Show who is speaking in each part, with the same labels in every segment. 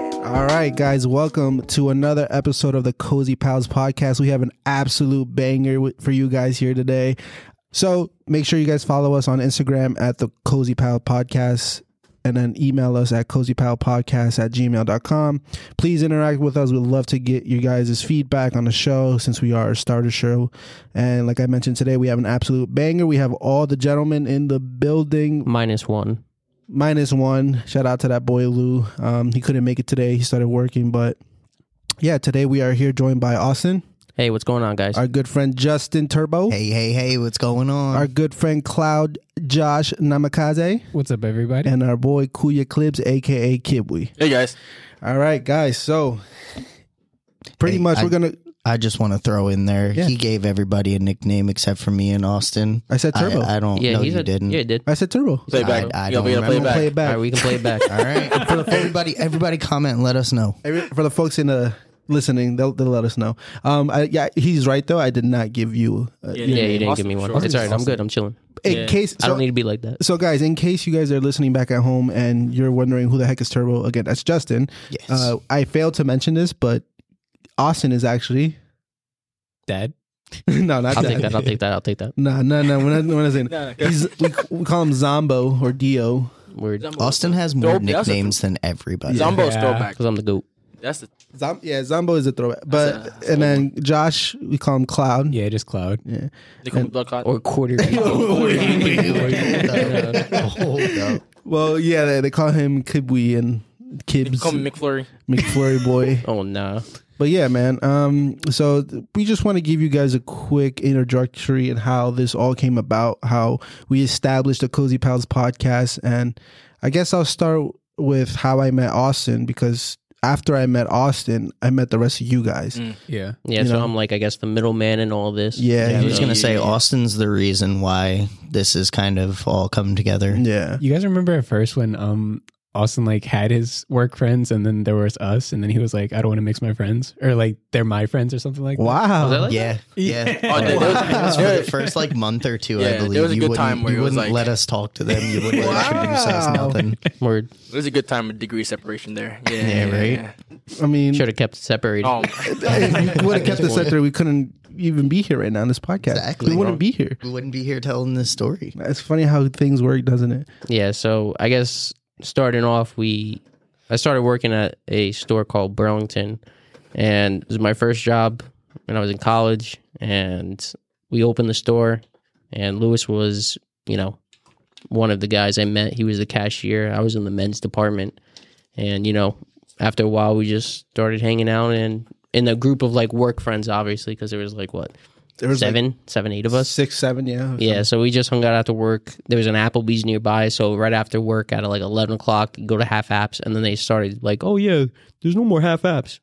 Speaker 1: right, guys, welcome to another episode of the Cozy Pals podcast. We have an absolute banger wi- for you guys here today. So make sure you guys follow us on Instagram at the Cozy Pal Podcast and then email us at cozypalpodcast at gmail.com. Please interact with us. We'd love to get you guys' feedback on the show since we are a starter show. And like I mentioned today, we have an absolute banger. We have all the gentlemen in the building
Speaker 2: minus one.
Speaker 1: minus one. Shout out to that boy Lou. Um, he couldn't make it today. He started working, but yeah, today we are here joined by Austin,
Speaker 2: Hey, what's going on, guys?
Speaker 1: our good friend Justin Turbo,
Speaker 3: Hey, hey, hey, what's going on?
Speaker 1: our good friend Cloud Josh Namikaze,
Speaker 4: What's up, everybody?
Speaker 1: and our boy Kuya Clibs, aka Kibwe.
Speaker 5: Hey guys,
Speaker 1: All right, guys. So pretty
Speaker 3: Hey,
Speaker 1: much
Speaker 3: I-
Speaker 1: we're gonna.
Speaker 3: I just want to throw in there.
Speaker 1: Yeah.
Speaker 3: He gave everybody a nickname except for me and Austin.
Speaker 1: I said Turbo.
Speaker 3: I, I don't know
Speaker 2: he's
Speaker 3: you
Speaker 2: a,
Speaker 3: didn't.
Speaker 2: Yeah, he did.
Speaker 1: I said Turbo.
Speaker 5: play it back.
Speaker 3: I- I
Speaker 5: Yo,
Speaker 3: don't
Speaker 5: we gotta play
Speaker 1: I'm
Speaker 5: it
Speaker 1: gonna
Speaker 5: back.
Speaker 1: play it
Speaker 2: All
Speaker 1: back
Speaker 2: right, we can play it back.
Speaker 3: All right. For the- everybody, everybody comment and let us know.
Speaker 1: Every- for the folks in the listening. They'll, they'll let us know. Um, I, yeah, he's right though. I did not give you. Uh,
Speaker 5: Yeah,
Speaker 1: your
Speaker 2: yeah,
Speaker 1: name.
Speaker 2: you didn't
Speaker 5: Awesome,
Speaker 2: give me one.
Speaker 5: sure.
Speaker 2: It's all right. I'm good. I'm chilling.
Speaker 1: In
Speaker 5: Yeah.
Speaker 1: case
Speaker 2: I
Speaker 1: so-
Speaker 2: don't need to be like that.
Speaker 1: So, guys, in case you guys are listening back at home and you're wondering who the heck is Turbo, again, that's Justin.
Speaker 3: Yes.
Speaker 1: Uh, I failed to mention this, but Austin is actually
Speaker 4: Dad.
Speaker 1: no, not
Speaker 2: I'll
Speaker 1: that.
Speaker 2: take that. I'll take that. I'll take that.
Speaker 1: No, no, no. We're not, we're not saying
Speaker 5: No, no,
Speaker 1: he's we, we call him Zombo or Dio.
Speaker 2: Weird.
Speaker 3: Austin has more
Speaker 5: Dope, that's a-
Speaker 3: nicknames than everybody.
Speaker 5: Zombo's
Speaker 4: Yeah.
Speaker 5: throwback.
Speaker 2: Because I'm the goat.
Speaker 5: That's the
Speaker 1: Zom, yeah, Zombo is a throwback. But and then Josh, we call him Cloud.
Speaker 4: Yeah, just Cloud.
Speaker 1: Yeah.
Speaker 5: they call me blood clot.
Speaker 2: Or quarter. people.
Speaker 3: Hold up.
Speaker 1: Well, yeah, they, they call him Kibwe and
Speaker 5: They
Speaker 1: Kibbs
Speaker 5: call me McFlurry.
Speaker 1: McFlurry boy.
Speaker 2: oh, nah.
Speaker 1: But yeah, man. Um, so th- we just want to give you guys a quick introductory and how this all came about, how we established the Cozy Pals podcast, and I guess I'll start with how I met Austin because after I met Austin, I met the rest of you guys.
Speaker 2: Mm.
Speaker 4: Yeah.
Speaker 2: Yeah,
Speaker 1: You
Speaker 2: so
Speaker 1: know?
Speaker 2: I'm like, I guess, the middleman in all this.
Speaker 1: Yeah,
Speaker 3: I
Speaker 1: you
Speaker 3: was just
Speaker 2: know.
Speaker 3: going to say, Austin's the reason why this is kind of all come together.
Speaker 1: Yeah,
Speaker 4: You guys remember at first when um Austin like had his work friends and then there was us and then he was like, I don't want to mix my friends or like they're my friends or something like
Speaker 1: wow.
Speaker 2: Was that like-
Speaker 3: Yeah, yeah.
Speaker 5: Oh, there- there was-
Speaker 3: It was for the first like month or two,
Speaker 5: Yeah,
Speaker 3: I
Speaker 5: there
Speaker 3: believe.
Speaker 5: was a
Speaker 3: you
Speaker 5: good
Speaker 3: wouldn't,
Speaker 5: time where
Speaker 3: you
Speaker 5: it was
Speaker 3: wouldn't
Speaker 5: like-
Speaker 3: let us talk to them. You wouldn't introduce us.
Speaker 1: Wow.
Speaker 3: Nothing.
Speaker 2: Word.
Speaker 5: There's a good time of degree separation there. Yeah,
Speaker 3: Yeah, right?
Speaker 5: yeah.
Speaker 1: I mean,
Speaker 2: Should have kept it separated.
Speaker 5: Oh,
Speaker 1: if we would have kept this sector, we couldn't even be here right now on this podcast.
Speaker 3: Exactly.
Speaker 1: We wouldn't be here.
Speaker 3: We wouldn't be here telling this story.
Speaker 1: It's funny how things work, doesn't it?
Speaker 2: Yeah, so I guess starting off, we I started working at a store called Burlington, and it was my first job when I was in college. And we opened the store, and Lewis was, you know, one of the guys I met. He was the cashier. I was in the men's department, and you know, after a while, we just started hanging out and in a group of like work friends, obviously, because there was like what
Speaker 1: There was
Speaker 2: seven, seven, eight of
Speaker 1: like
Speaker 2: us.
Speaker 1: six, seven, yeah.
Speaker 2: Yeah, so we just hung out after work. There was an Applebee's nearby, so right after work at like eleven o'clock, go to half apps, and then they started like, "Oh yeah, there's no more half apps."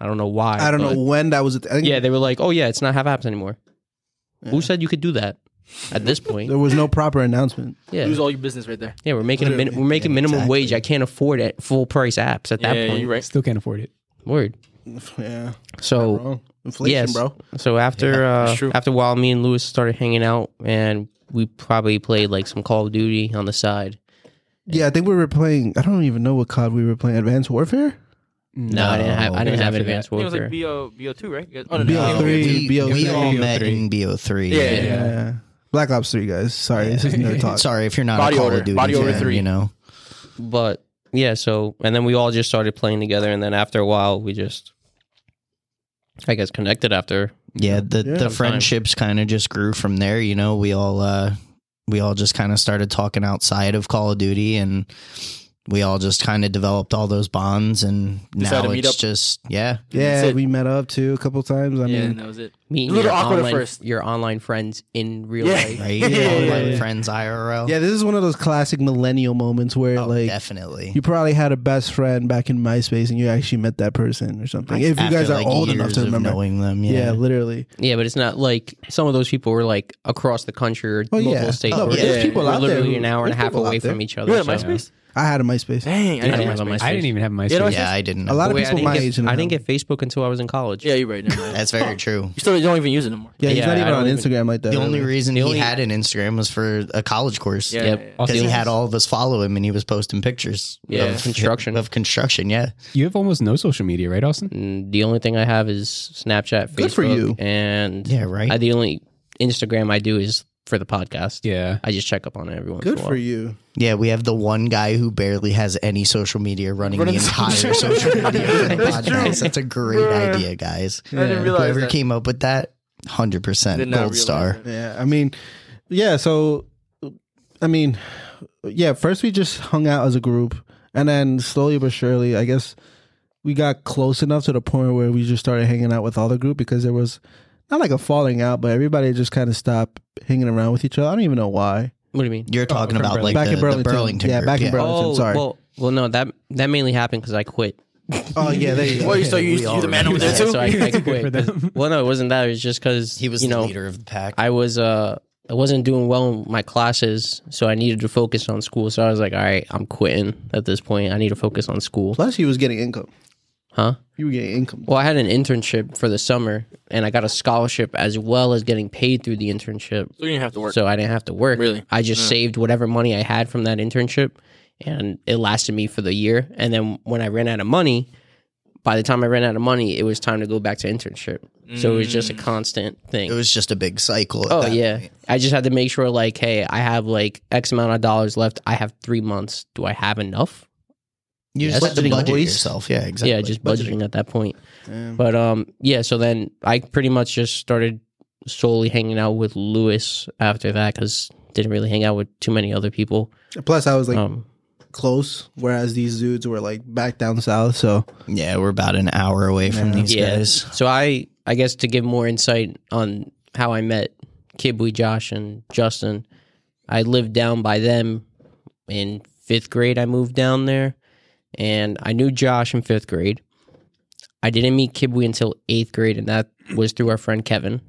Speaker 2: I don't know why.
Speaker 1: I don't
Speaker 2: but-
Speaker 1: know when that was. I think
Speaker 2: Yeah, they were like, "Oh yeah, it's not half apps anymore." Who said you could do that? At this point,
Speaker 1: there was no proper announcement.
Speaker 2: yeah,
Speaker 5: lose all your business right there.
Speaker 2: yeah, we're making a min- we're making minimum wage. I can't afford at full price apps at that point.
Speaker 4: that. Still can't afford it.
Speaker 2: Word.
Speaker 1: Yeah.
Speaker 2: So
Speaker 1: Bro, inflation,
Speaker 2: Oh. yes.
Speaker 1: bro.
Speaker 2: So after
Speaker 5: that's
Speaker 2: uh,
Speaker 5: true.
Speaker 2: after a while, me and Lewis started hanging out, and we probably played like some Call of Duty on the side.
Speaker 1: Yeah, I think we were playing. I don't even know what COD we were playing. Advanced Warfare,
Speaker 2: No, I didn't have I
Speaker 3: No.
Speaker 2: didn't have
Speaker 4: After
Speaker 2: Advanced
Speaker 5: I think
Speaker 2: Warfare.
Speaker 5: it was like BO, BO2, right? You guys- Oh, no,
Speaker 1: BO3.
Speaker 5: no, no.
Speaker 3: We,
Speaker 1: BO3.
Speaker 3: we all
Speaker 4: BO3.
Speaker 3: met in BO3.
Speaker 5: Yeah, yeah,
Speaker 1: yeah. Black Ops Three, guys. Sorry, this is nerd talk.
Speaker 3: Sorry if you're not a
Speaker 5: Body
Speaker 3: Call
Speaker 5: Order.
Speaker 3: of Duty
Speaker 5: Body Order
Speaker 3: fan,
Speaker 5: three.
Speaker 3: you know.
Speaker 2: but yeah, so and then we all just started playing together, and then after a while, we just, I guess, connected after.
Speaker 3: Yeah, the
Speaker 1: Yeah.
Speaker 3: the friendships kind of just grew from there, you know. We all uh we all just kind of started talking outside of Call of Duty and we all just kind of developed all those bonds and
Speaker 5: Decided
Speaker 3: now
Speaker 5: to meet
Speaker 3: it's
Speaker 5: up.
Speaker 3: just yeah.
Speaker 5: That's
Speaker 1: Yeah,
Speaker 5: it.
Speaker 1: we met up too a couple times. I
Speaker 5: Yeah,
Speaker 1: mean,
Speaker 5: and that was it.
Speaker 2: Meeting
Speaker 5: A little
Speaker 2: your
Speaker 5: awkward at
Speaker 2: online,
Speaker 5: first.
Speaker 2: your online friends in real
Speaker 5: Yeah.
Speaker 2: life.
Speaker 3: Right?
Speaker 5: Yeah,
Speaker 3: All
Speaker 5: yeah,
Speaker 3: my
Speaker 5: yeah.
Speaker 3: friends IRL.
Speaker 1: yeah, this is one of those classic millennial moments where
Speaker 3: Oh,
Speaker 1: like
Speaker 3: definitely.
Speaker 1: you probably had a best friend back in MySpace and you actually met that person or something. If you
Speaker 3: After,
Speaker 1: guys are
Speaker 3: like,
Speaker 1: old enough
Speaker 3: years
Speaker 1: to
Speaker 3: of
Speaker 1: remember,
Speaker 3: knowing them,
Speaker 1: yeah.
Speaker 3: yeah.
Speaker 1: literally.
Speaker 2: Yeah, but it's not like some of those people were like across the country or
Speaker 1: Oh
Speaker 2: multiple
Speaker 1: yeah,
Speaker 2: states.
Speaker 1: No,
Speaker 2: we're
Speaker 1: but there's
Speaker 5: yeah.
Speaker 1: people
Speaker 2: we're
Speaker 1: out there
Speaker 2: literally
Speaker 1: who-
Speaker 2: an hour and a
Speaker 1: there's
Speaker 2: half
Speaker 1: people out
Speaker 2: away
Speaker 1: there.
Speaker 2: from each other.
Speaker 5: You had
Speaker 2: so-
Speaker 5: MySpace?
Speaker 1: I had a MySpace.
Speaker 5: Dang,
Speaker 2: Yeah,
Speaker 5: I didn't
Speaker 2: I
Speaker 5: know
Speaker 2: don't
Speaker 5: my
Speaker 2: have
Speaker 5: space.
Speaker 4: I didn't even have MySpace.
Speaker 5: You know, it's
Speaker 3: Yeah, I didn't.
Speaker 1: A lot of
Speaker 2: Wait, I
Speaker 1: people
Speaker 2: didn't,
Speaker 1: my
Speaker 2: get,
Speaker 1: age. didn't
Speaker 2: I didn't
Speaker 1: have
Speaker 2: get Facebook until I was in college.
Speaker 5: Yeah, you're right. never mind.
Speaker 3: That's very true.
Speaker 5: You still don't even use it anymore.
Speaker 1: Yeah, he's
Speaker 2: Yeah,
Speaker 1: not
Speaker 2: I
Speaker 1: even
Speaker 2: don't
Speaker 1: on
Speaker 2: even-
Speaker 1: Instagram like that.
Speaker 3: The only
Speaker 1: really.
Speaker 3: reason
Speaker 2: only-
Speaker 3: he had an Instagram was for a college course.
Speaker 5: Yeah,
Speaker 2: Yep.
Speaker 5: yeah, yeah.
Speaker 4: Also,
Speaker 3: Because he
Speaker 4: you,
Speaker 3: had all of us follow him and he was posting pictures
Speaker 2: Yeah,
Speaker 3: of
Speaker 2: construction.
Speaker 3: Of construction, yeah.
Speaker 4: you have almost no social media, right, Austin?
Speaker 2: And Mm, the only thing I have is Snapchat, Facebook,
Speaker 1: Good for you.
Speaker 2: and
Speaker 3: Yeah, right.
Speaker 2: I, the only Instagram I do is for the podcast.
Speaker 4: Yeah.
Speaker 2: I just check up on it every once
Speaker 1: Good
Speaker 2: in a while.
Speaker 1: for you.
Speaker 3: yeah, we have the one guy who barely has any social media running,
Speaker 5: Running
Speaker 3: the
Speaker 5: the
Speaker 3: entire
Speaker 5: social-
Speaker 3: social media for the
Speaker 5: That's true.
Speaker 3: podcast. That's a great
Speaker 5: Bruh.
Speaker 3: idea, guys.
Speaker 5: I didn't realize
Speaker 3: Whoever
Speaker 5: that.
Speaker 3: came up with that, hundred
Speaker 5: Did
Speaker 3: percent
Speaker 5: not
Speaker 3: gold
Speaker 5: uh, realize
Speaker 3: star.
Speaker 5: that.
Speaker 1: Yeah, I mean, yeah. So, I mean, yeah. First, we just hung out as a group, and then slowly but surely, I guess we got close enough to the point where we just started hanging out with all the group because there was not like a falling out, but everybody just kind of stopped hanging around with each other. I don't even know why.
Speaker 2: What do you mean?
Speaker 3: You're talking
Speaker 4: from
Speaker 3: about
Speaker 4: Burlington.
Speaker 3: like
Speaker 1: Back
Speaker 3: the,
Speaker 1: in Burlington.
Speaker 3: the Burlington.
Speaker 1: Yeah,
Speaker 3: group,
Speaker 1: back in Burlington.
Speaker 2: Oh,
Speaker 1: sorry.
Speaker 2: well, well, no, that that mainly happened because I quit.
Speaker 1: Oh yeah, there you go.
Speaker 5: Well, you so you
Speaker 3: We
Speaker 5: used to
Speaker 3: all
Speaker 5: you the man over there
Speaker 2: Yeah,
Speaker 5: too.
Speaker 2: so I, I
Speaker 4: Good for
Speaker 2: quit. 'cause-
Speaker 4: them.
Speaker 2: Well, no, it wasn't that. It was just because
Speaker 3: He was
Speaker 2: you
Speaker 3: the
Speaker 2: know
Speaker 3: leader of the pack.
Speaker 2: I was uh I wasn't doing well in my classes, so I needed to focus on school. So I was like, all right, I'm quitting at this point. I need to focus on school,
Speaker 1: Plus, he was getting income.
Speaker 2: huh?
Speaker 1: You were getting income.
Speaker 2: Well, I had an internship for the summer, and I got a scholarship as well as getting paid through the internship.
Speaker 5: So you didn't have to work.
Speaker 2: So I didn't have to work.
Speaker 5: Really?
Speaker 2: I just saved whatever money I had from that internship and it lasted me for the year. And then when I ran out of money, by the time I ran out of money, it was time to go back to internship. So it was
Speaker 5: Mm.
Speaker 2: just a constant thing.
Speaker 3: it was just a big cycle. at
Speaker 2: oh
Speaker 3: that
Speaker 2: yeah.
Speaker 3: point.
Speaker 2: I just had to make sure like, hey, I have like X amount of dollars left. I have three months. Do I have enough?
Speaker 3: You just
Speaker 2: Yes.
Speaker 3: had to
Speaker 2: Budgeting.
Speaker 3: budget
Speaker 1: Voice.
Speaker 3: yourself. Yeah, exactly.
Speaker 2: Yeah, just budgeting, at that point.
Speaker 1: Damn.
Speaker 2: But um yeah, so then I pretty much just started solely hanging out with Lewis after that because didn't really hang out with too many other people.
Speaker 1: Plus, I was like
Speaker 2: Um,
Speaker 1: close, whereas these dudes were like back down south. So
Speaker 3: Yeah, we're about an hour away from these
Speaker 2: Yeah.
Speaker 3: guys.
Speaker 2: So I, I guess to give more insight on how I met Kibwe, Josh, and Justin, I lived down by them. In fifth grade, I moved down there, and I knew Josh in fifth grade. I didn't meet Kibwe until eighth grade, and that was through our friend Kevin.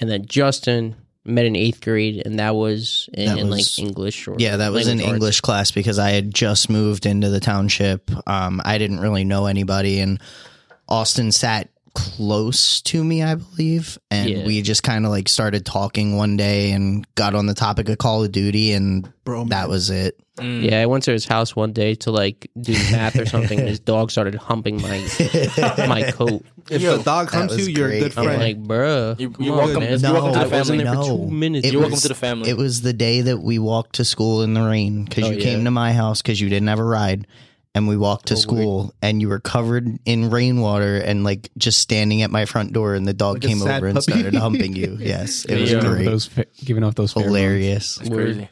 Speaker 2: And then Justin met in eighth grade, and that was in,
Speaker 3: That
Speaker 2: in,
Speaker 3: was-
Speaker 2: like English. Or
Speaker 3: Yeah, that was an
Speaker 2: language arts.
Speaker 3: English class because I had just moved into the township. Um, I didn't really know anybody, and Austin sat close to me, I believe, and
Speaker 2: Yeah.
Speaker 3: we just kind of like started talking one day and got on the topic of Call of Duty, and
Speaker 1: bro,
Speaker 3: that was it.
Speaker 5: Mm.
Speaker 2: Yeah, I went to his house one day to like do math or something, and his dog started humping my my coat.
Speaker 1: if
Speaker 5: Yo,
Speaker 1: the dog
Speaker 3: that
Speaker 1: comes
Speaker 3: was
Speaker 1: to you, you're a
Speaker 3: great.
Speaker 1: good
Speaker 3: I'm
Speaker 2: I'm
Speaker 1: friend.
Speaker 2: like, bruh,
Speaker 5: You-
Speaker 2: come
Speaker 5: you're
Speaker 2: on,
Speaker 5: welcome-
Speaker 2: man.
Speaker 5: you're welcome to
Speaker 2: I
Speaker 5: the family.
Speaker 2: wasn't there for
Speaker 3: No.
Speaker 2: two minutes.
Speaker 3: It
Speaker 5: You're welcome
Speaker 3: was-
Speaker 5: to the family.
Speaker 3: It was the day that we walked to school in the rain because
Speaker 2: Oh,
Speaker 3: you
Speaker 2: yeah.
Speaker 3: came to my house because you didn't have a ride. And we walked to school and you were covered in rainwater and like just standing at my front door and the dog
Speaker 1: Like a
Speaker 3: came
Speaker 1: sad
Speaker 3: over and
Speaker 1: puppy.
Speaker 3: started humping you. Yes. It was
Speaker 5: Yeah.
Speaker 4: Giving off
Speaker 3: great.
Speaker 4: those, fa- giving off those pheromones.
Speaker 3: Hilarious.
Speaker 5: It's crazy.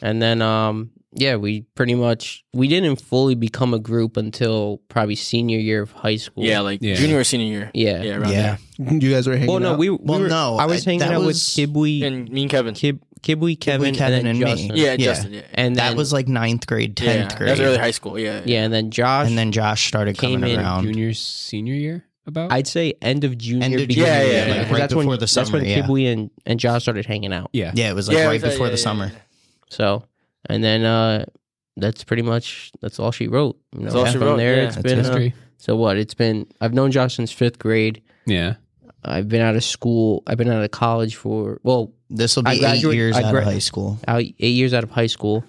Speaker 2: And then, um, yeah, we pretty much we didn't fully become a group until probably senior year of high school.
Speaker 5: Yeah, like
Speaker 4: Yeah.
Speaker 5: junior or senior year.
Speaker 2: yeah.
Speaker 5: Yeah, around
Speaker 3: Yeah.
Speaker 1: you guys were hanging.
Speaker 2: Well, no,
Speaker 1: out.
Speaker 2: we, we
Speaker 3: Well,
Speaker 2: were,
Speaker 3: no,
Speaker 2: I was
Speaker 3: I-
Speaker 2: hanging
Speaker 3: that
Speaker 2: out with
Speaker 3: was-
Speaker 5: there.
Speaker 2: Kibwe,
Speaker 5: And me and Kevin.
Speaker 2: Kib, Kibwe, Kevin, and then
Speaker 3: Kevin, and me.
Speaker 2: Justin.
Speaker 5: Yeah,
Speaker 3: Yeah.
Speaker 5: Justin. Yeah.
Speaker 2: and then,
Speaker 3: That was like ninth grade,
Speaker 5: yeah.
Speaker 3: tenth
Speaker 5: That
Speaker 3: grade.
Speaker 5: was early high school. Yeah.
Speaker 2: yeah, and then Josh.
Speaker 3: and then Josh started
Speaker 2: Came
Speaker 3: coming
Speaker 2: in
Speaker 3: around.
Speaker 4: Junior, senior year, about?
Speaker 2: I'd say end of junior,
Speaker 3: End of
Speaker 2: beginning
Speaker 5: junior,
Speaker 2: of
Speaker 5: yeah,
Speaker 2: year,
Speaker 5: yeah,
Speaker 2: 'cause
Speaker 3: right
Speaker 2: that's when,
Speaker 3: before the summer,
Speaker 2: That's when
Speaker 3: yeah.
Speaker 2: Kibwe and, and Josh started hanging out.
Speaker 4: yeah.
Speaker 3: yeah, it was like
Speaker 5: it
Speaker 3: right
Speaker 5: was, uh,
Speaker 3: before
Speaker 5: yeah,
Speaker 3: the
Speaker 5: yeah,
Speaker 3: summer.
Speaker 5: yeah.
Speaker 2: So, and then uh, that's pretty much that's all she wrote. You know,
Speaker 5: That's all she
Speaker 2: from
Speaker 5: wrote,
Speaker 2: there,
Speaker 5: yeah.
Speaker 2: it's
Speaker 3: That's
Speaker 2: been uh,
Speaker 4: History.
Speaker 2: so what? It's been I've known Josh since fifth grade.
Speaker 4: Yeah.
Speaker 2: I've been out of school. I've been out of college for well,
Speaker 3: This will
Speaker 2: I
Speaker 3: be eight
Speaker 2: graduate-
Speaker 3: years
Speaker 2: I
Speaker 3: out
Speaker 2: gra-
Speaker 3: of high school.
Speaker 2: out, eight years out of high school.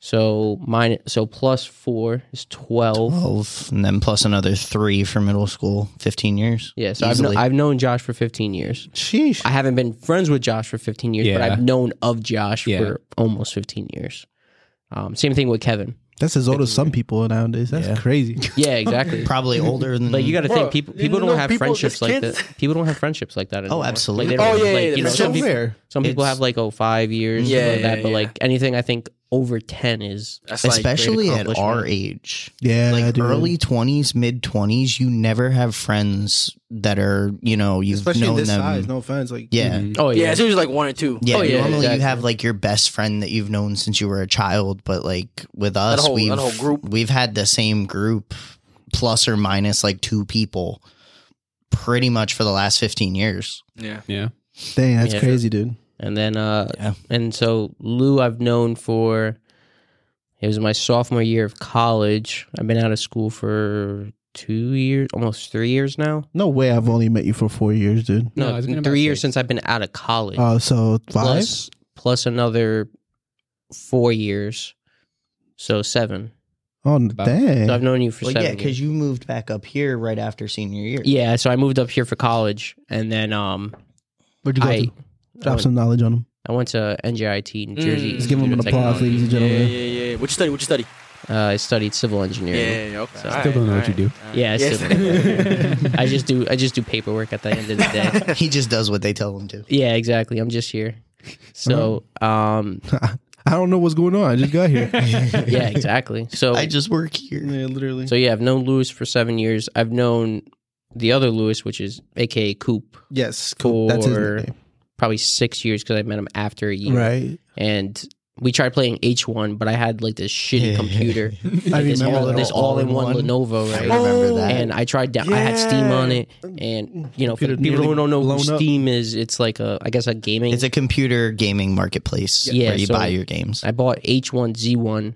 Speaker 2: So mine. So plus four is twelve.
Speaker 3: Twelve and then plus another three for middle school. Fifteen years.
Speaker 2: Yeah. So I've, kno-
Speaker 3: Easily.
Speaker 2: I've known Josh for fifteen years.
Speaker 1: sheesh.
Speaker 2: I haven't been friends with Josh for fifteen years, but
Speaker 4: Yeah.
Speaker 2: I've known of Josh
Speaker 4: Yeah.
Speaker 2: for almost fifteen years. Um, same thing with Kevin.
Speaker 1: That's as old as some people nowadays. That's
Speaker 3: Yeah.
Speaker 1: crazy.
Speaker 2: Yeah, exactly.
Speaker 3: Probably older than
Speaker 2: Like you got to
Speaker 5: Bro,
Speaker 2: think people
Speaker 5: you
Speaker 2: people don't
Speaker 5: know
Speaker 2: have
Speaker 5: people,
Speaker 2: friendships
Speaker 5: just
Speaker 2: like
Speaker 5: kids.
Speaker 2: that. People don't have friendships like that anymore. Like, they
Speaker 3: absolutely.
Speaker 2: don't-
Speaker 5: Oh, yeah,
Speaker 2: like,
Speaker 5: yeah,
Speaker 2: you know,
Speaker 5: that's
Speaker 2: some
Speaker 5: so
Speaker 2: people
Speaker 1: fair.
Speaker 2: some people
Speaker 3: It's-
Speaker 2: have like oh five years
Speaker 5: Yeah,
Speaker 2: yeah, like
Speaker 5: yeah,
Speaker 2: that, but
Speaker 5: yeah.
Speaker 2: like anything I think over ten is
Speaker 5: That's like,
Speaker 3: especially at
Speaker 2: accomplishment.
Speaker 3: our age.
Speaker 1: Yeah,
Speaker 3: like
Speaker 1: dude.
Speaker 3: early 20s, mid 20s, you never have friends that are, you know, you've
Speaker 1: especially
Speaker 3: known
Speaker 1: this
Speaker 3: them.
Speaker 1: size. No offense, like
Speaker 3: Yeah.
Speaker 4: Mhm.
Speaker 2: oh
Speaker 5: yeah,
Speaker 2: yeah.
Speaker 5: it's usually like one or two.
Speaker 3: Yeah,
Speaker 2: Oh, yeah,
Speaker 3: normally
Speaker 2: exactly.
Speaker 3: you have like your best friend that you've known since you were a child, but like with us,
Speaker 5: whole- that
Speaker 3: we've
Speaker 5: whole group.
Speaker 3: we've had the same group plus or minus like two people pretty much for the last 15 years.
Speaker 5: Yeah.
Speaker 4: Yeah.
Speaker 1: dang, that's
Speaker 2: Yeah.
Speaker 1: crazy, dude.
Speaker 2: And then uh
Speaker 3: Yeah.
Speaker 2: and so Lou I've known for It was my sophomore year of college. I've been out of school for two years, almost three years now.
Speaker 1: No way. I've only met you for four years, dude.
Speaker 4: No,
Speaker 2: No,
Speaker 4: it's been about
Speaker 2: three years
Speaker 4: six.
Speaker 2: since I've been out of college.
Speaker 1: Oh, so five.
Speaker 2: Plus- plus another four years, so seven.
Speaker 1: oh,
Speaker 4: About-
Speaker 1: dang.
Speaker 2: So I've known you for
Speaker 3: Well, yeah,
Speaker 2: seven. years.
Speaker 3: because you moved back up here right after senior year.
Speaker 2: yeah. So I moved up here for college, and then um,
Speaker 1: Where'd you go?
Speaker 2: I
Speaker 1: to?
Speaker 2: I
Speaker 1: Drop
Speaker 2: went,
Speaker 1: some knowledge on him.
Speaker 2: I went to NJIT in Jersey.
Speaker 5: Mm.
Speaker 1: Let's give him an
Speaker 2: Institute of
Speaker 1: applause,
Speaker 2: Technology.
Speaker 1: ladies and
Speaker 5: Yeah,
Speaker 1: gentlemen.
Speaker 5: yeah, yeah. yeah. What you study? What you study?
Speaker 2: Uh, I studied civil engineering.
Speaker 5: yeah. Okay.
Speaker 2: So-
Speaker 5: All
Speaker 4: Still don't know
Speaker 5: all
Speaker 4: what you do.
Speaker 5: all right.
Speaker 2: Yeah, I
Speaker 5: Yes.
Speaker 2: still don't I just do I just do paperwork at the end of the day.
Speaker 3: he just does what they tell him to.
Speaker 2: yeah, exactly. I'm just here. So
Speaker 1: Uh-huh.
Speaker 2: um,
Speaker 1: I don't know what's going on. I just got here.
Speaker 2: yeah, exactly. So
Speaker 3: I just work here.
Speaker 1: yeah, literally.
Speaker 2: so Oh. yeah, I've known Lewis for seven years. I've known the other Lewis, which is AKA Coop,
Speaker 1: yes,
Speaker 2: for
Speaker 1: That's his nickname.
Speaker 2: probably six years because I met him after a year.
Speaker 1: Right.
Speaker 2: And we tried playing H1, but I had like this shitty computer.
Speaker 1: I
Speaker 2: Like, this
Speaker 1: remember
Speaker 2: all,
Speaker 1: that
Speaker 2: this all in one Lenovo,
Speaker 3: I
Speaker 2: right?
Speaker 3: remember that.
Speaker 2: and I tried down. I had Steam on
Speaker 1: Yeah.
Speaker 2: it, and you know, for
Speaker 1: Computer
Speaker 2: people
Speaker 1: nearly
Speaker 2: who don't know who
Speaker 1: blown up.
Speaker 2: Steam is, it's like a, I guess a gaming.
Speaker 3: it's a computer gaming marketplace
Speaker 2: Yeah,
Speaker 3: where you
Speaker 2: so-
Speaker 3: buy your games.
Speaker 2: I bought H1Z1,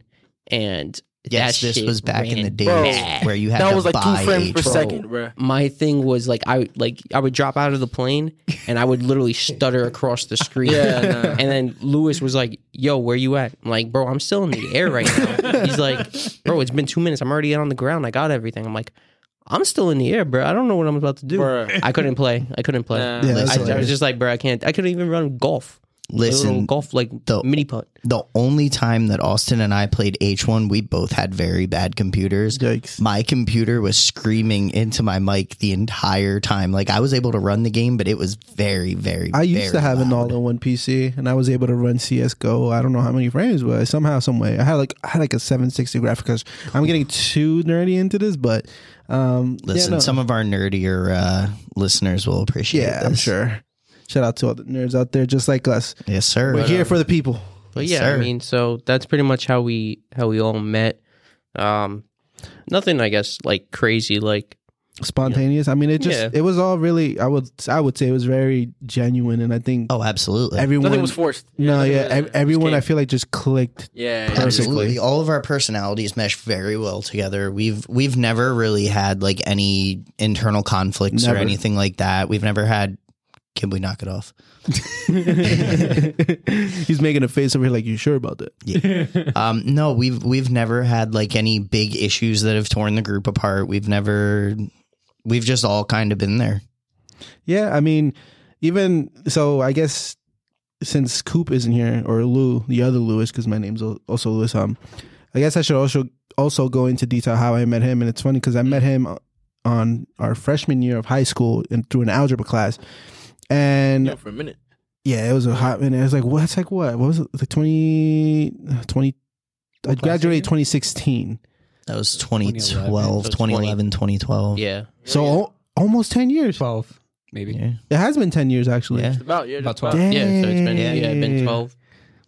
Speaker 2: and
Speaker 3: Yes,
Speaker 2: that
Speaker 3: this
Speaker 2: shit
Speaker 3: was back in the
Speaker 2: ran
Speaker 3: days
Speaker 2: bad.
Speaker 3: where you had
Speaker 5: That
Speaker 3: to
Speaker 5: was like
Speaker 3: buy
Speaker 5: two frames per
Speaker 3: H-
Speaker 5: second, bro.
Speaker 2: My thing was like I like I would drop out of the plane and I would literally stutter across the screen.
Speaker 5: Yeah, nah.
Speaker 2: And then Lewis was like, "Yo, where you at?" I'm like, "Bro, I'm still in the air right now." He's like, "Bro, it's been two minutes. I'm already on the ground. I got everything." I'm like, "I'm still in the air, bro. I don't know what I'm about to do."
Speaker 5: Bruh.
Speaker 2: I couldn't play. I couldn't play.
Speaker 5: Nah.
Speaker 1: Yeah,
Speaker 2: I,
Speaker 1: that's
Speaker 2: I
Speaker 1: hilarious.
Speaker 2: was just like, bro, I can't. I couldn't even run golf. Like, little
Speaker 3: Listen,
Speaker 2: golf like
Speaker 3: the-
Speaker 2: mini putt.
Speaker 3: the only time that Austin and I played H1, we both had very bad computers.
Speaker 1: Yikes.
Speaker 3: My computer was screaming into my mic the entire time. Like I was able to run the game, but it was very, very.
Speaker 1: I used to
Speaker 3: very
Speaker 1: have an
Speaker 3: loud.
Speaker 1: all-in-one PC, and I was able to run CS:GO. I don't know how many frames, but somehow, some way, I had like I had like a 760 graphics. card. I'm getting too nerdy into this, but um, yeah,
Speaker 3: Listen,
Speaker 1: no.
Speaker 3: some of our nerdier uh, listeners will appreciate.
Speaker 1: yeah,
Speaker 3: this.
Speaker 1: I'm sure. Shout out to all the nerds out there, just like us.
Speaker 3: Yes, sir.
Speaker 1: We're here for the people.
Speaker 2: But
Speaker 3: Yes,
Speaker 2: yeah, I
Speaker 3: sir.
Speaker 2: mean, so that's pretty much how we how we all met. Um, nothing, I guess, like crazy. Like
Speaker 1: Spontaneous. I mean, it just
Speaker 2: Yeah.
Speaker 1: it was all really. I would I would say it was very genuine, and I think
Speaker 3: Oh, absolutely.
Speaker 1: everyone.
Speaker 5: Nothing was forced.
Speaker 1: no,
Speaker 5: nothing
Speaker 1: yeah,
Speaker 5: was-
Speaker 1: ev-
Speaker 5: just
Speaker 1: everyone.
Speaker 5: came.
Speaker 1: I feel like just clicked.
Speaker 5: Yeah, yeah.
Speaker 1: Perfect.
Speaker 3: Absolutely.
Speaker 1: Perfectly.
Speaker 3: All of our personalities mesh very well together. We've we've never really had like any internal conflicts
Speaker 1: Never.
Speaker 3: or anything like that. We've never had can we knock it off?
Speaker 1: He's making a face over here, like you sure about that?
Speaker 3: Um no, we've we've never had like any big issues that have torn the group apart. We've never we've just all kind of been there.
Speaker 1: Yeah, I mean, even so, I guess since Coop isn't here or Lou, the other Lewis, because my name's al- also Lewis. Um, I guess I should also also go into detail how I met him, and it's funny because I met him on our freshman year of high school and through an algebra class, and
Speaker 5: Yo, for a minute.
Speaker 1: yeah, it was a hot minute. It was like, what? It's like, what? What was it? Like 20, 20 I graduated 2016.
Speaker 3: That was
Speaker 4: 2011,
Speaker 3: 2012,
Speaker 2: so
Speaker 3: 2011, 2012.
Speaker 2: yeah,
Speaker 1: So
Speaker 5: Yeah, yeah.
Speaker 1: al- almost 10 years.
Speaker 4: twelve, maybe.
Speaker 3: Yeah.
Speaker 1: It has been 10 years, actually.
Speaker 3: Yeah.
Speaker 5: Just about yeah,
Speaker 4: About
Speaker 5: just
Speaker 4: 12.
Speaker 5: about.
Speaker 2: yeah. So it's been yeah, it's been
Speaker 1: Dang.
Speaker 2: 12,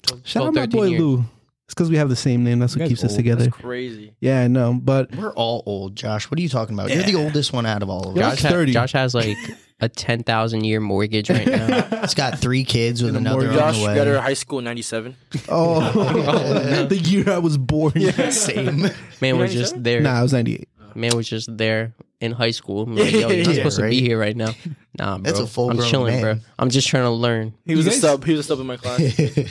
Speaker 2: 12
Speaker 1: Shout out my
Speaker 2: 13
Speaker 1: boy
Speaker 2: years.
Speaker 1: Lou. It's because we have the same name. That's
Speaker 4: You
Speaker 1: what
Speaker 4: guys
Speaker 1: keeps us
Speaker 4: old.
Speaker 1: together.
Speaker 5: That's crazy.
Speaker 1: Yeah, I know. But
Speaker 3: We're all old, Josh. What are you talking about? You're the oldest one out of all of
Speaker 1: You're
Speaker 3: us.
Speaker 1: like
Speaker 2: Josh, ha-
Speaker 1: 30.
Speaker 2: Josh has like a ten thousand year mortgage right now.
Speaker 3: It's got three kids with
Speaker 1: And a
Speaker 3: another
Speaker 1: mortgage.
Speaker 3: on
Speaker 5: Josh
Speaker 3: the way.
Speaker 5: got out of high school in '97.
Speaker 1: oh, the year I was born.
Speaker 3: Same.
Speaker 2: Man was just there.
Speaker 1: Nah, I was 98.
Speaker 2: Man was just there in high school. I'm like, Yo, you're not
Speaker 3: Yeah,
Speaker 2: supposed
Speaker 3: right?
Speaker 2: to be here right now. Nah, bro.
Speaker 3: That's a
Speaker 2: I'm
Speaker 3: full-grown
Speaker 2: chilling,
Speaker 3: man.
Speaker 2: bro. I'm just trying to learn.
Speaker 5: He was
Speaker 4: You
Speaker 5: a
Speaker 4: guys-
Speaker 5: sub. He was a sub in my class.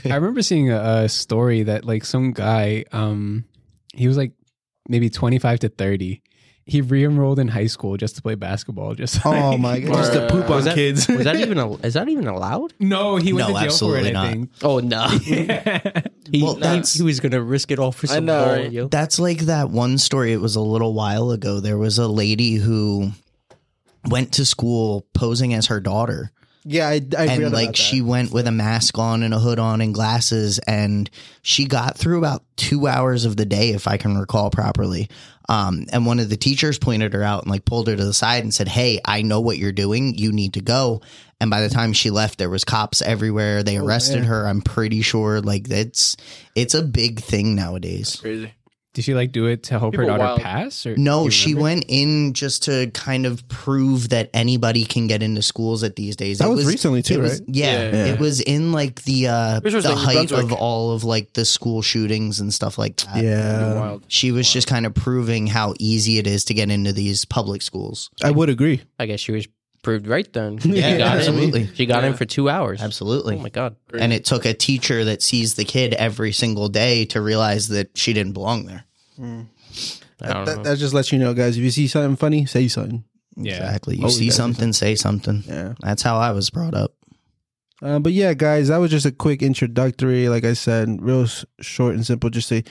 Speaker 4: I remember seeing a, a story that like some guy, um, he was like maybe twenty five to thirty. He re-enrolled in high school just to play basketball. Just
Speaker 1: Oh
Speaker 4: like-
Speaker 1: my god, just to poop
Speaker 5: Was
Speaker 1: on
Speaker 2: that-
Speaker 1: kids.
Speaker 2: Was that even a, is that even allowed?
Speaker 4: No, he went
Speaker 3: No,
Speaker 4: to jail for
Speaker 3: absolutely
Speaker 4: it.
Speaker 3: not.
Speaker 4: I think.
Speaker 2: Oh no. He,
Speaker 3: Well,
Speaker 2: he-
Speaker 3: that's-
Speaker 2: he, was gonna risk it all for
Speaker 5: I
Speaker 2: some
Speaker 5: know,
Speaker 2: ball,
Speaker 5: right?
Speaker 2: yo.
Speaker 3: That's like that one story. It was a little while ago. There was a lady who went to school posing as her daughter,
Speaker 1: Yeah, I, I read
Speaker 3: and
Speaker 1: about
Speaker 3: like
Speaker 1: that.
Speaker 3: she went with a mask on and a hood on and glasses, and she got through about two hours of the day, if I can recall properly. Um, and one of the teachers pointed her out and like pulled her to the side and said, "Hey, I know what you're doing. You need to go." And by the time she left, there was cops everywhere. They
Speaker 1: Oh,
Speaker 3: arrested her. I'm pretty sure. Like it's it's a big thing nowadays.
Speaker 5: Crazy.
Speaker 4: Did she like do it to help her
Speaker 5: People
Speaker 4: daughter
Speaker 5: wild.
Speaker 4: pass? Or do
Speaker 3: No,
Speaker 4: you
Speaker 3: she
Speaker 4: remember?
Speaker 3: went in just to kind of prove that anybody can get into schools at these days.
Speaker 1: That
Speaker 3: It
Speaker 1: was recently too,
Speaker 3: it was-
Speaker 1: right?
Speaker 3: Yeah,
Speaker 5: Yeah.
Speaker 3: it was in like the uh,
Speaker 5: Which was
Speaker 3: the
Speaker 5: in New
Speaker 3: height
Speaker 5: Brunswick.
Speaker 3: of all of like the school shootings and stuff like that.
Speaker 1: Um,
Speaker 5: Pretty
Speaker 1: Yeah,
Speaker 5: wild.
Speaker 3: She was just kind of proving how easy it is to get into these public schools.
Speaker 1: I would agree.
Speaker 2: I guess she was proved right then.
Speaker 1: Yeah,
Speaker 2: she got
Speaker 3: absolutely.
Speaker 2: In. She got in
Speaker 5: Yeah.
Speaker 2: for two hours.
Speaker 3: Absolutely.
Speaker 2: Oh my god.
Speaker 5: Crazy.
Speaker 3: and it took a teacher that sees the kid every single day to realize that she didn't belong there.
Speaker 2: I don't
Speaker 1: That,
Speaker 2: know.
Speaker 1: that just lets you know, guys. If you see something funny, say something.
Speaker 4: Yeah.
Speaker 3: Exactly. You
Speaker 1: Always
Speaker 3: see
Speaker 1: gotta say
Speaker 3: something, say something.
Speaker 1: Yeah.
Speaker 3: That's how I was brought up.
Speaker 1: Uh, but yeah, guys, that was just a quick introductory. Like I said, real s- short and simple. Just to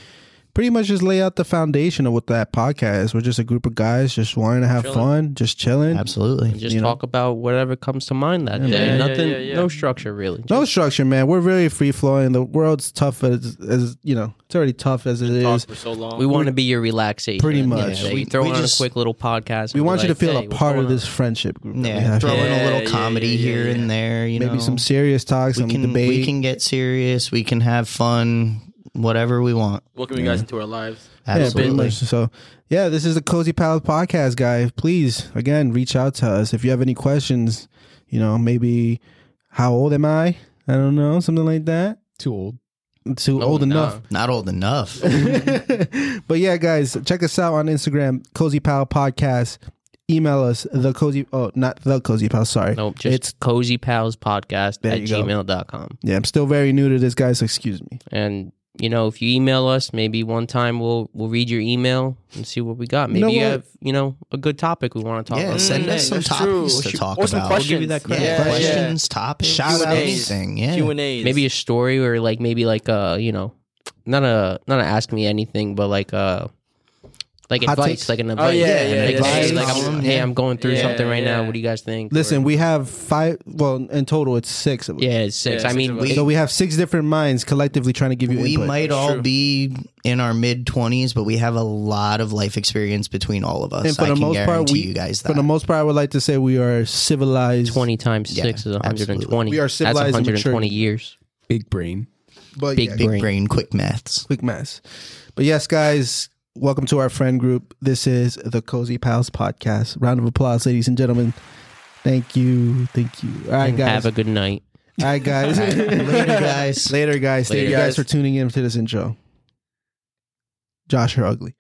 Speaker 1: pretty much just lay out the foundation of what that podcast. is. We're just a group of guys just wanting to have
Speaker 5: Chilling.
Speaker 1: fun, just chilling.
Speaker 3: Absolutely.
Speaker 2: And just
Speaker 1: you know.
Speaker 2: talk about whatever comes to mind that
Speaker 1: Yeah,
Speaker 2: day.
Speaker 5: man. Yeah,
Speaker 2: Nothing,
Speaker 5: yeah, yeah.
Speaker 2: no structure really.
Speaker 1: No
Speaker 2: Just
Speaker 1: structure, man. We're really free flowing. The world's tough as, as you know. It's already tough as it is.
Speaker 5: Talked for so long.
Speaker 2: we want to be your relaxation.
Speaker 1: Pretty
Speaker 2: at the end of
Speaker 1: much.
Speaker 2: the day.
Speaker 3: We-
Speaker 2: throw
Speaker 3: we
Speaker 2: on
Speaker 3: just-
Speaker 2: a quick little
Speaker 1: We
Speaker 2: podcast. and be
Speaker 1: want you to
Speaker 2: like,
Speaker 1: feel
Speaker 2: "Hey,
Speaker 1: a
Speaker 2: what's
Speaker 1: part of
Speaker 2: going on?"
Speaker 1: this friendship group. that we
Speaker 3: Yeah.
Speaker 1: have
Speaker 3: Throw
Speaker 1: here.
Speaker 3: in a
Speaker 5: Yeah,
Speaker 3: little
Speaker 5: yeah,
Speaker 3: comedy
Speaker 5: yeah,
Speaker 3: here
Speaker 5: yeah.
Speaker 3: and there. You
Speaker 1: Maybe
Speaker 3: know,
Speaker 1: some serious talks,
Speaker 3: we
Speaker 1: some
Speaker 3: can
Speaker 1: debate.
Speaker 3: we can get serious. We can have fun. Whatever we want.
Speaker 5: Welcome you guys into our lives.
Speaker 1: Yeah, pretty
Speaker 3: Absolutely.
Speaker 1: much. So, yeah, this is the Cozy Pals podcast, guy. Please, again, reach out to us if you have any questions. You know, maybe how old am I? I don't know, something like that.
Speaker 4: too old.
Speaker 1: Too
Speaker 2: No,
Speaker 1: old
Speaker 2: nah.
Speaker 1: enough.
Speaker 3: Not old enough.
Speaker 1: but yeah, guys, check us out on Instagram, Cozy Pal Podcast. Email us the cozy. Oh, not the cozy pal. Sorry.
Speaker 2: Nope, just
Speaker 1: It's-
Speaker 2: cozy pals podcast
Speaker 1: There
Speaker 2: at
Speaker 1: you go.
Speaker 2: gmail.com.
Speaker 1: Yeah, I'm still very new to this, guys. So excuse me.
Speaker 2: And you know, if you email us, maybe one time we'll we'll read your email and see what we got. Maybe
Speaker 1: know
Speaker 2: you,
Speaker 1: what?
Speaker 2: have you know a good topic we want to talk
Speaker 3: Yeah,
Speaker 2: about.
Speaker 3: send us
Speaker 5: Mm,
Speaker 3: some
Speaker 5: that's
Speaker 3: topics
Speaker 5: true.
Speaker 3: to talk
Speaker 5: or some
Speaker 3: about.
Speaker 5: Questions.
Speaker 2: We'll give you that credit.
Speaker 3: yeah,
Speaker 5: Yeah,
Speaker 3: questions, topics,
Speaker 1: Shout outs.
Speaker 3: anything. Yeah.
Speaker 5: Q and A's.
Speaker 2: maybe a story or like maybe like uh you know not a not a ask me anything but like uh like
Speaker 1: Hot
Speaker 2: advice
Speaker 1: takes?
Speaker 2: like an advice
Speaker 5: Oh, yeah,
Speaker 3: yeah,
Speaker 2: like,
Speaker 3: yeah,
Speaker 2: hey,
Speaker 3: yeah.
Speaker 2: like, I'm,
Speaker 3: Column,
Speaker 2: hey
Speaker 3: yeah.
Speaker 2: I'm going through
Speaker 5: Yeah,
Speaker 2: something right now
Speaker 5: yeah.
Speaker 2: what do you guys think
Speaker 1: Listen,
Speaker 2: Or-
Speaker 1: we have five. Well, in total, it's six of us.
Speaker 2: yeah it's six
Speaker 5: Yeah,
Speaker 2: I
Speaker 5: six
Speaker 2: mean
Speaker 5: of
Speaker 2: we-
Speaker 3: us.
Speaker 1: So we have six different minds collectively trying to give you
Speaker 3: we
Speaker 1: input.
Speaker 3: might all
Speaker 5: True.
Speaker 3: be in our mid twenties, but we have a lot of life experience between all of us.
Speaker 1: and for
Speaker 3: I
Speaker 1: the
Speaker 3: can
Speaker 1: most
Speaker 3: guarantee
Speaker 1: part, we
Speaker 3: you guys that.
Speaker 1: for the most part, I would like to say we are civilized.
Speaker 2: 20 times
Speaker 3: Yeah,
Speaker 2: 6 is 120
Speaker 3: absolutely.
Speaker 1: We are civilized and
Speaker 2: that's 120
Speaker 1: mature.
Speaker 2: years
Speaker 4: Big brain.
Speaker 1: but
Speaker 2: big
Speaker 1: yeah,
Speaker 3: Big
Speaker 2: brain.
Speaker 3: brain. quick maths.
Speaker 1: quick mess. But yes, guys, welcome to our friend group. This is the Cozy Pals podcast. Round of applause, ladies and gentlemen. Thank you, thank you. All right, guys.
Speaker 2: have a good night
Speaker 1: All right, guys.
Speaker 3: Later, guys.
Speaker 1: Later, guys. Thank
Speaker 2: Later,
Speaker 1: you guys
Speaker 5: guys.
Speaker 1: for tuning in to this intro. Josh, you're ugly.